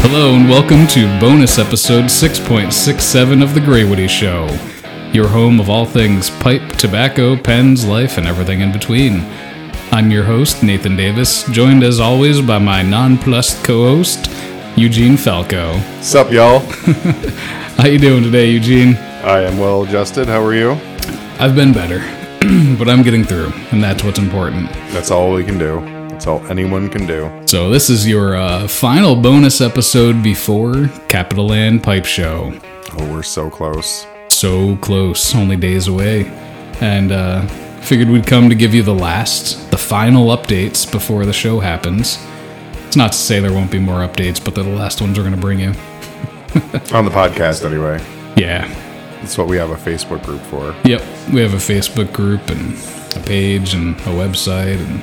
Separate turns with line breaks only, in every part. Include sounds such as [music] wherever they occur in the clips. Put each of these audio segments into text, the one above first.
Hello and welcome to bonus episode 6.67 of The Grey Woody Show, your home of all things pipe, tobacco, pens, life, and everything in between. I'm your host, Nathan Davis, joined as always by my nonplussed co host, Eugene Falco.
Sup, y'all?
How you doing today, Eugene?
I am well adjusted. How are you?
I've been better, [clears throat] but I'm getting through, and that's what's important.
That's all we can do. That's all anyone can do.
So, this is your uh, final bonus episode before Capital Land Pipe Show.
Oh, we're so close.
so close, only days away, and uh, figured we'd come to give you the last, the final updates before the show happens. It's not to say there won't be more updates, but they're the last ones we're going to bring you.
On the podcast, anyway.
Yeah.
That's what we have a Facebook group for.
Yep. We have a Facebook group and a page and a website and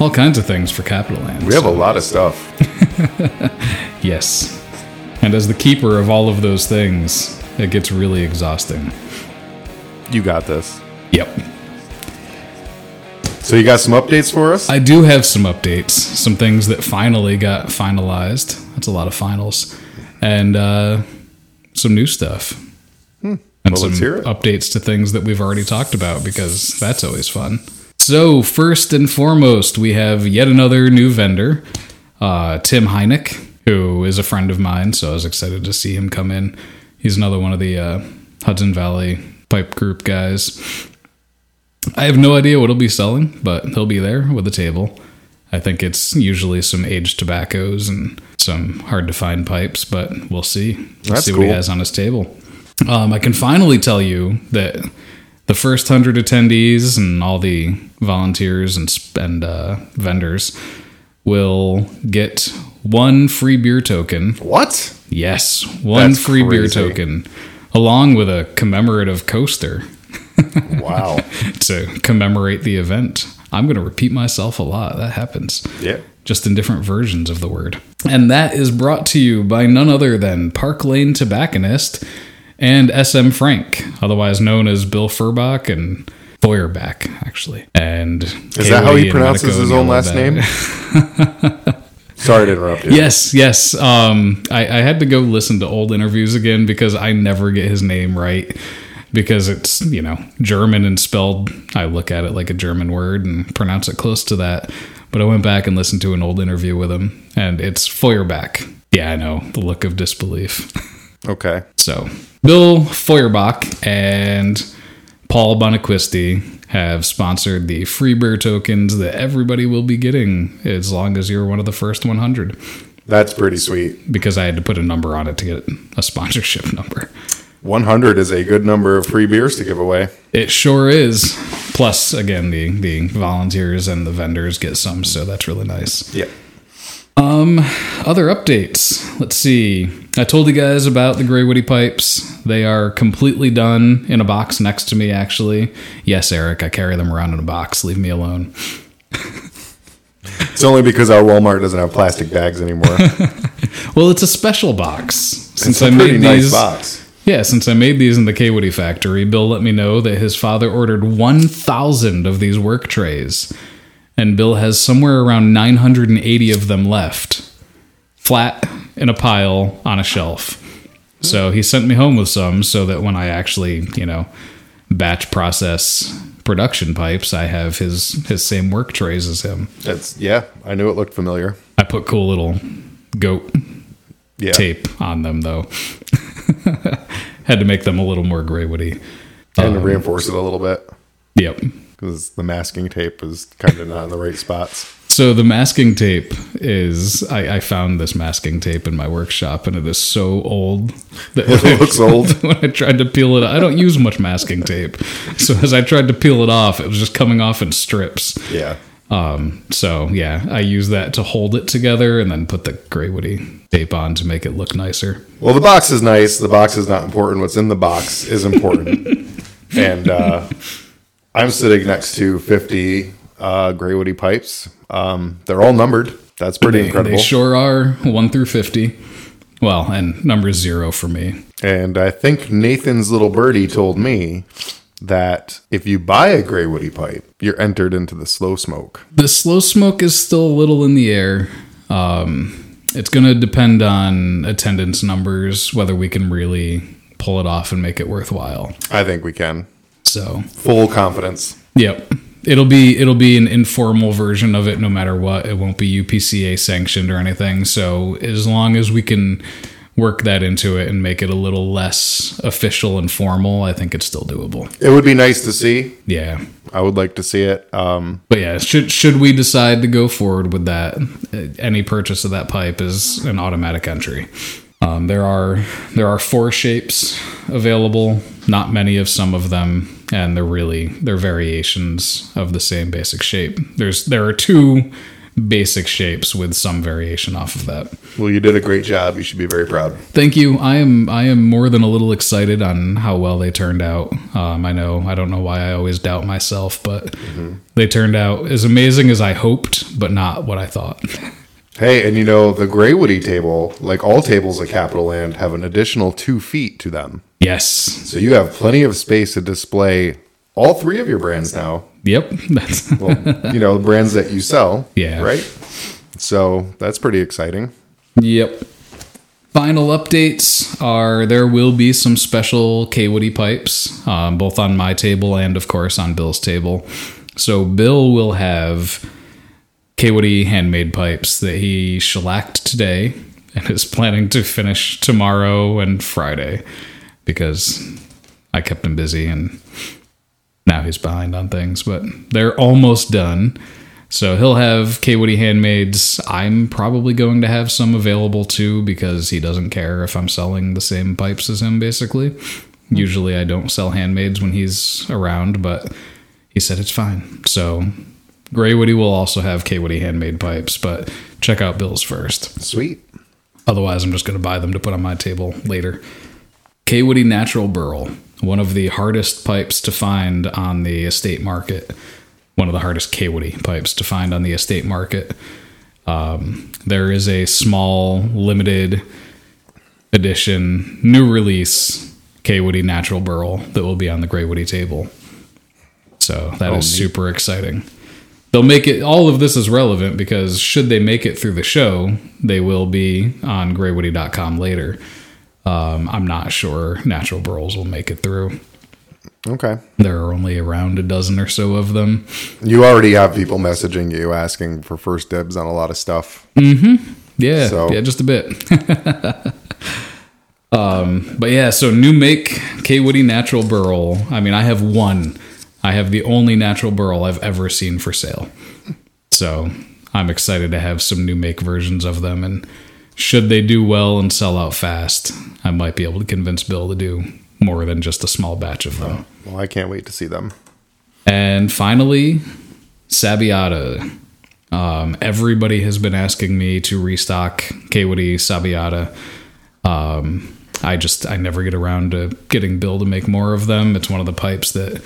all kinds of things for Capital Land.
We have a lot of stuff. [laughs]
Yes. And as the keeper of all of those things, it gets really exhausting.
You got this.
Yep.
So, you got some updates for us?
I do have some updates, some things that finally got finalized. That's a lot of finals, and uh, some new stuff, and
Hmm. Well,
some
let's hear it.
updates to things that we've already talked about because that's always fun. So first and foremost, we have yet another new vendor, uh, Tim Hynek, who is a friend of mine. So I was excited to see him come in. He's another one of the uh, Hudson Valley Pipe Group guys. I have no idea what he'll be selling, but he'll be there with a table. I think it's usually some aged tobaccos and some hard to find pipes, but we'll see. Let's
That's
see what he
cool.
has on his table. Um, I can finally tell you that the first hundred attendees and all the volunteers and sp- and uh, vendors will get one free beer token.
What?
Yes, one
That's
free beer
crazy.
token, along with a commemorative coaster
Wow.
to commemorate the event. I'm going to repeat myself a lot. That happens.
yeah.
Just in different versions of the word. And that is brought to you by none other than Park Lane Tobacconist and SM Frank, otherwise known as Bill Furbach and Feuerbach, actually. And
Is that how he pronounces his own last name? [laughs] Sorry to interrupt you.
Yes, yes. Um, I, I had to go listen to old interviews again because I never get his name right because it's you know German and spelled. I look at it like a German word and pronounce it close to that. But I went back and listened to an old interview with him, and it's Feuerbach. Yeah, I know the look of disbelief. [laughs]
Okay.
So Bill Feuerbach and Paul Bonaquisti have sponsored the free beer tokens that everybody will be getting as long as you're one of the first 100
That's pretty sweet.
because I had to put a number on it to get a sponsorship [laughs] number.
100 is a good number of free beers to give away.
It sure is. Plus, again, the the volunteers and the vendors get some, so that's really nice.
Yeah.
Other updates. Let's see. I told you guys about the Grey Woody pipes. They are completely done in a box next to me, actually. Yes, Eric, I carry them around in a box. Leave me alone.
It's only because our Walmart doesn't have plastic bags anymore.
Well, it's a special box. Since
It's a
I
pretty
made
nice
these,
box.
Yeah, since I made these in the K Woody factory, Bill let me know that his father ordered 1,000 of these work trays, and Bill has somewhere around 980 of them left, flat in a pile on a shelf. So he sent me home with some so that when I actually, you know, batch process production pipes, I have his his same work trays as him.
That's yeah. I knew it looked familiar.
I put cool little goat
Yeah.
tape on them though. [laughs] Had to make them a little more gray woody. Uh,
And to reinforce it a little bit
Yep.
because the masking tape is kind of not in the right spots.
So the masking tape is I, I found this masking tape in my workshop and it is so old that [laughs]
[laughs] It looks old.
when I tried to peel it I don't use much masking tape. So as I tried to peel it off, it was just coming off in strips.
Yeah.
Um so yeah, I used that to hold it together and then put the gray woody tape on to make it look nicer.
Well, the box is nice. The box is not important. What's in the box is important.
[laughs]
and uh, I'm sitting next to 50 uh, Grey Woody pipes. Um, they're all numbered. That's pretty incredible.
[clears throat] They sure are one through fifty. Well, and number zero for me.
And I think Nathan's little birdie told me that if you buy a Grey Woody pipe, you're entered into the slow smoke.
The slow smoke is still a little in the air. Um, It's going to depend on attendance numbers, whether we can really pull it off and make it worthwhile.
I think we can.
So,
Full confidence.
yep. It'll be it'll be an informal version of it no matter what. It won't be UPCA sanctioned or anything. So, as long as we can work that into it and make it a little less official and formal, I think it's still doable.
It would be nice to see.
Yeah.
I would like to see it. Um,
But yeah, should should we decide to go forward with that, uh, any purchase of that pipe is an automatic entry. Um, there are there are four shapes available, not many of some of them, and they're really they're variations of the same basic shape. There's there are two basic shapes with some variation off of that.
well, you did a great job. You should be very proud.
Thank you. I am I am more than a little excited on how well they turned out. Um, I know I don't know why I always doubt myself, but they turned out as amazing as I hoped, but not what I thought.
Hey, and you know, the Grey Woody table, like all tables at Capital Land, have an additional two feet to them.
Yes.
So you have plenty of space to display all three of your brands now.
Yep. [laughs] That's
Well, you know, the brands that you sell.
Yeah.
Right? So that's pretty exciting.
Yep. Final updates are there will be some special K Woody pipes, um, both on my table and, of course, on Bill's table. So Bill will have K Woody handmade pipes that he shellacked today and is planning to finish tomorrow and Friday because I kept him busy and now he's behind on things, but they're almost done. So he'll have K Woody handmaids. I'm probably going to have some available too because he doesn't care if I'm selling the same pipes as him. Basically, usually I don't sell handmaids when he's around, but he said it's fine. So Gray Woody will also have K Woody handmade pipes, but check out Bill's first.
Sweet.
Otherwise, I'm just going to buy them to put on my table later. K Woody Natural Burl, one of the hardest pipes to find on the estate market. One of the hardest K Woody pipes to find on the estate market. Um, there is a small, limited edition, new release K Woody Natural Burl that will be on the Grey Woody table. So that is super exciting they'll make it all of this is relevant because should they make it through the show they will be on graywoody.com later um, i'm not sure natural burls will make it through
Okay.
there are only around a dozen or so of them
You already have people messaging you asking for first dibs on a lot of stuff.
Yeah,
So-
yeah, just a bit. [laughs] um, but yeah, so new make K Woody natural burl. I mean, I have one. I have the only natural burl I've ever seen for sale. So I'm excited to have some new make versions of them. And should they do well and sell out fast, I might be able to convince Bill to do more than just a small batch of them.
Well, I can't wait to see them.
And finally, Sabiata. Um, everybody has been asking me to restock Kawadi Sabiata. Um, I just I never get around to getting Bill to make more of them. It's one of the pipes that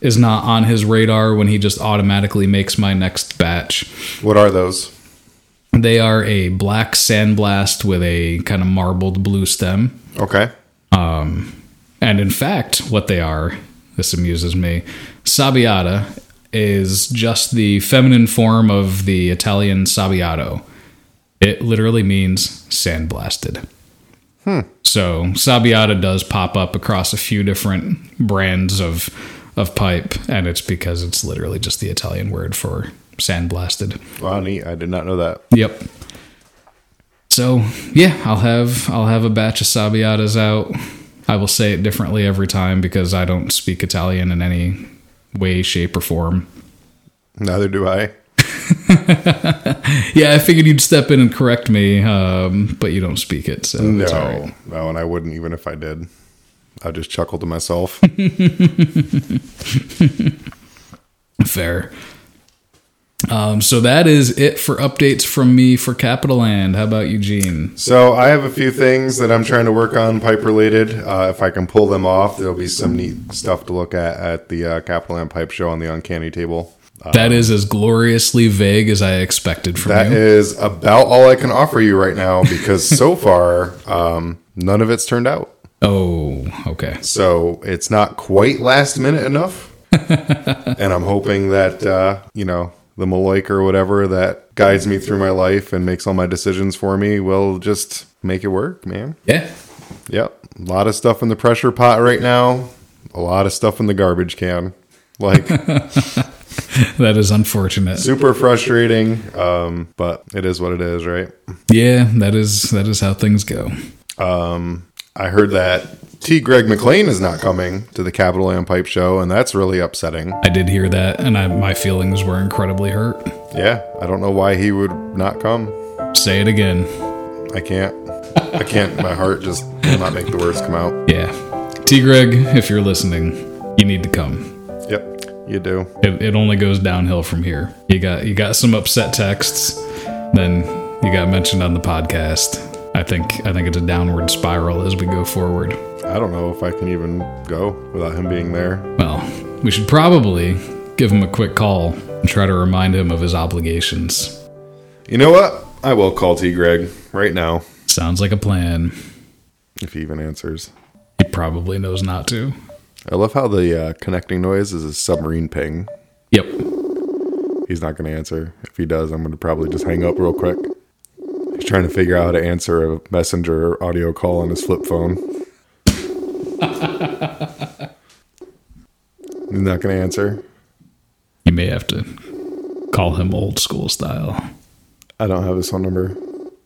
is not on his radar when he just automatically makes my next batch.
What are those?
They are a black sandblast with a kind of marbled blue stem.
Okay.
And in fact, what they are, this amuses me, Sabiata is just the feminine form of the Italian Sabbiato. It literally means sandblasted. So Sabiata does pop up across a few different brands of of pipe, and it's because it's literally just the Italian word for sandblasted.
Wow, neat. I did not know that.
Yep. So yeah, I'll have I'll have a batch of Sabiatas out. I will say it differently every time because I don't speak Italian in any way, shape, or form.
Neither do I.
Yeah, I figured you'd step in and correct me, um, but you don't speak it, so it's all right.
No, no, and I wouldn't even if I did. I just chuckled to myself. [laughs]
fair. Um, so that is it for updates from me for Capital Land. How about you, Gene?
so I have a few things that I'm trying to work on pipe related. Uh, if I can pull them off, there'll be some neat stuff to look at at the uh, Capital Land Pipe Show on the Uncanny Table.
that is as gloriously vague as I expected from
Um, That
you.
is about all I can offer you right now because so [laughs] far, um, none of it's turned out.
oh, okay.
So it's not quite last minute enough. and I'm hoping that, uh, you know, the Maloik or whatever that guides me through my life and makes all my decisions for me will just make it work, man.
Yeah.
Yep. A lot of stuff in the pressure pot right now. A lot of stuff in the garbage can. Like
That is unfortunate.
super frustrating. Um, but it is what it is, right?
Yeah, that is that is how things go.
I heard that T. Greg McLean is not coming to the Capital and Pipe Show, and that's really upsetting.
I did hear that, and I, my feelings were incredibly hurt.
Yeah, I don't know why he would not come.
Say it again.
I can't. I can't. My heart just will not make the words come out.
Yeah, T. Greg, if you're listening, you need to come.
Yep, you do.
It, it only goes downhill from here. You got you got some upset texts, then you got mentioned on the podcast. I think I think it's a downward spiral as we go forward.
I don't know if I can even go without him being there.
Well, we should probably give him a quick call and try to remind him of his obligations.
You know what? I will call T. Greg right now
Sounds like a plan.
if he even answers.
He probably knows not to.
I love how the uh, connecting noise is a submarine ping.
Yep.
He's not going to answer. If he does, I'm going to probably just hang up real quick. He's trying to figure out how to answer a messenger audio call on his flip [laughs] phone. He's not going to answer.
You may have to call him old school style.
I don't have his phone number.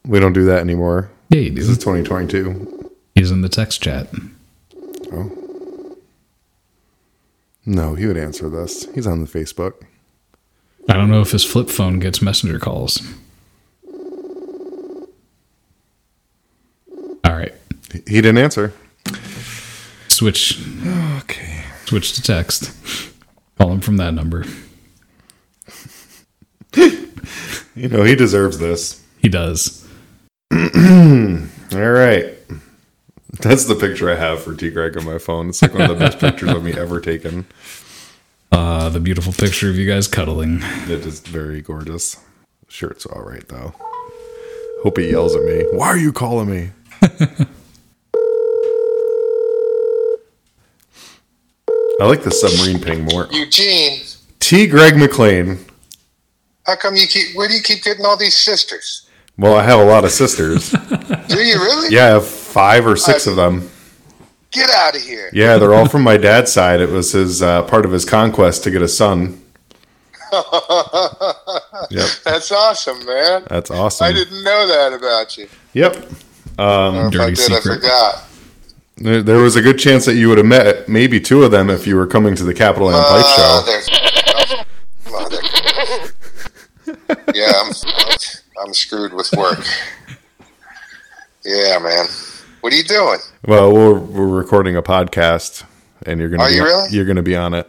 We don't do that anymore.
Yeah, you do.
It's 2022.
He's in the text chat.
No, he would answer this. He's on the Facebook.
I don't know if his flip phone gets messenger calls. All right.
He he didn't answer.
Switch
Okay.
switch to text. Call him from that number.
You know, he deserves this.
He does.
All right. That's the picture I have for T. Greg on my phone. It's like one of the best pictures of me ever taken.
Uh, the beautiful picture of you guys cuddling.
It is very gorgeous. Shirt's all right though. Hope he yells at me. Why are you calling me? I like the submarine ping more.
Eugene,
T. Greg McLean.
how come you keep? Where do you keep getting all these sisters?
Well, I have a lot of
[laughs]
sisters.
Do you really?
Yeah, I have five or six of them.
Get out of here!
Yeah, they're all from my dad's side. It was his uh, part of his conquest to get a
[laughs]
son. Yep,
That's awesome, man.
that's awesome.
I didn't know that about you.
Yep,
Or if I
Dirty
did, I
secret.
forgot.
there, there was a good chance that you would have met maybe two of them if you were coming to the Capital and Pipe Show.
Mother, mother. Yeah, I'm, I'm screwed with work. Yeah, man. What are you doing?
Well, we're, we're recording a podcast, and you're gonna
Are
be,
you really?
you're gonna be on it.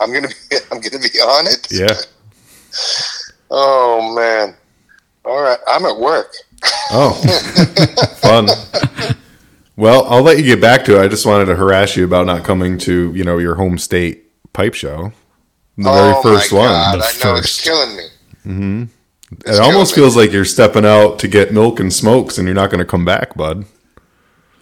I'm gonna be. [laughs] I'm gonna be on it.
Yeah.
Oh man. All right. I'm at work.
Oh, [laughs] fun. Well, I'll let you get back to it. I just wanted to harass you about not coming to you know your home state pipe show, the
oh
very first
my
one. Mm-hmm.
God,
the
I know
first.
it's killing me.
It almost
killing
feels like you're stepping out to get milk and smokes, and you're not going to come back, bud.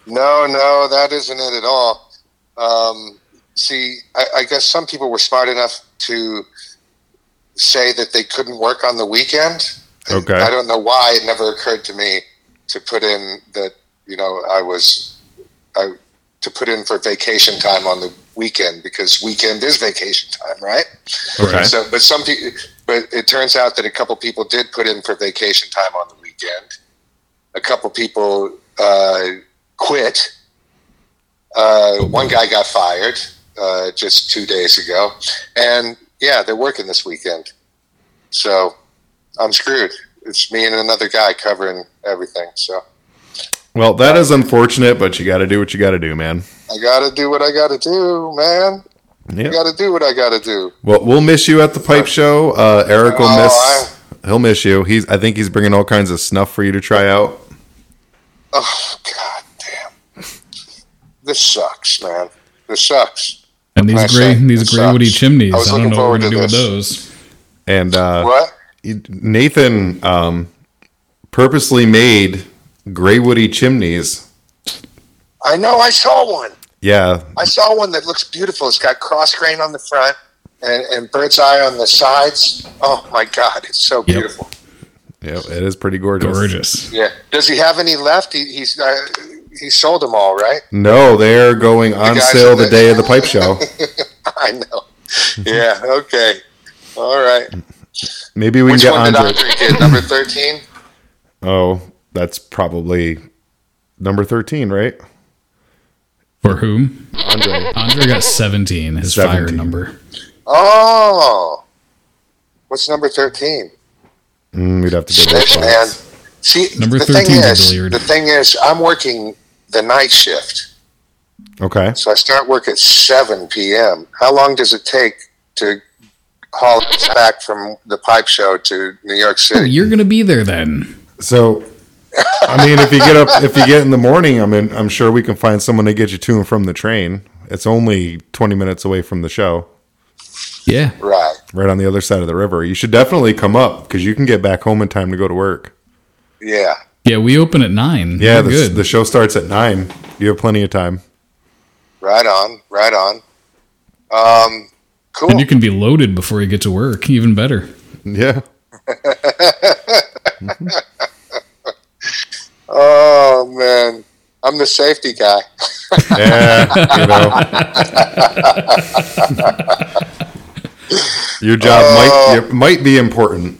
No, no, that isn't it at all. Um, see, I, I guess some people were smart enough to say that they couldn't work on the weekend.
Okay.
I don't know why it never occurred to me to put in that you know I was I to put in for vacation time on the weekend because weekend is vacation time, right?
Okay.
So, but some people, but it turns out that a couple people did put in for vacation time on the weekend. A couple people uh, quit. Uh, one guy got fired uh, just two days ago, and yeah, they're working this weekend. So I'm screwed. It's me and another guy covering everything. So
Well, that is unfortunate, but you got to do what you got to do, man.
I got to do what I got to do, man. I
Yeah.
got to do what I got to do.
Well, we'll miss you at the pipe show. Uh, Eric will
Oh,
miss.
I-
He'll miss you. He's. I think he's bringing all kinds of snuff for you to try out.
Oh god damn. This sucks, man. This sucks.
And these
I
gray
say,
these
it
gray woody
sucks.
chimneys.
I was
I, don't
looking
know what we're
forward
gonna
to
do with
this.
those.
And uh,
What?
Nathan um, purposely made gray woody chimneys.
I know I saw one.
Yeah,
I saw one that looks beautiful. It's got cross grain on the front and, and bird's eye on the sides. Oh my God, it's so beautiful.
Yep, it is pretty gorgeous.
Gorgeous.
Yeah. Does he have any left? He, he's uh, he sold them all, right? [laughs]
No, they're going on
guys
sale the
that-
day of the pipe
[laughs]
show.
I know.
Mm-hmm.
Yeah. Okay. All right.
Maybe we
Which
can get
one did
Andre.
Andre get? Number thirteen.
Oh, that's probably number 13, right?
For whom?
[laughs]
Andre.
Andre got 17, his fire
17.
number.
Oh. What's number thirteen?
Mm, we'd have to do
Snitch, man.
that.
See,
Number
the thing
13 's a
is,
billiard.
the thing is, I'm working the night shift,
Okay.
so I start work at seven p.m. How long does it take to haul us back from the pipe show to New York
Oh,
City?
you're going to be there then.
So, I mean, if you get up, if you get in the morning, I mean, I'm sure we can find someone to get you to and from the train. It's only 20 minutes away from the show,
Yeah.
Right.
right on the other side of the river. You should definitely come up because you can get back home in time to go to work.
Yeah.
Yeah, we open at 9.
Yeah,
We're
the,
good.
the show starts at nine. You have plenty of time.
Right on. Right on. Um. Cool.
and you can be loaded before you get to work. Even better.
Yeah.
Oh man, I'm the safety guy.
Yeah, you know. your job might your, might be important.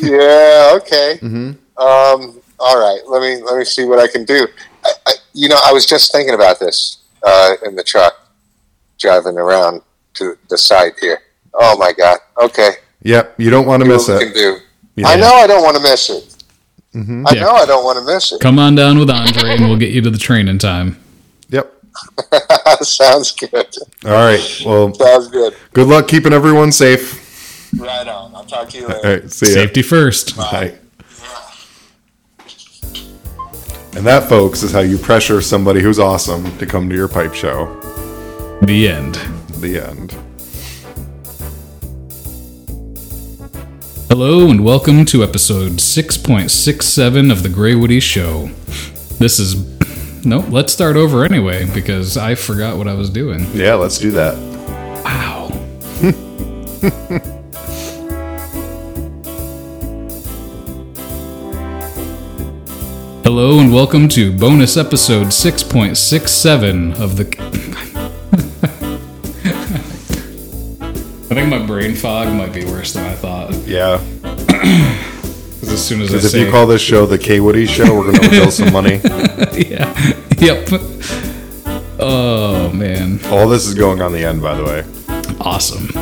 yeah. Okay.
Mm-hmm.
Um, all right. Let me let me see what I can do. I, I, you know, I was just thinking about this uh, in the truck driving around to the site here. Oh my God. Okay.
Yep, you don't want to
Do
miss
what we can
it.
do.
Yeah. Mm-hmm.
I know I don't want to miss it. I
Yeah.
know I don't want to miss it.
Come on down with Andre and we'll get you to the train in
[laughs]
time.
Yep.
[laughs] Sounds good.
All right. Well,
Sounds good.
good luck keeping everyone safe.
Right on. I'll talk to you
All
later.
right. See ya.
Safety first.
Bye. And that, folks, is how you pressure somebody who's awesome to come to your pipe show.
The end.
The end.
Hello and welcome to episode 6.67 of The Grey Woody Show. This is. No, let's start over anyway because I forgot what I was doing.
Yeah, let's do that.
Wow. [laughs] Hello and welcome to bonus episode 6.67 of the. [laughs] I think my brain fog might be worse than I thought.
Yeah.
'Cause as soon as I
Because if
say,
you call this show the K Woody Show, we're going [laughs] to bill some money.
[laughs] yeah, yep. Oh man,
All this is going on the end, by the way.
awesome.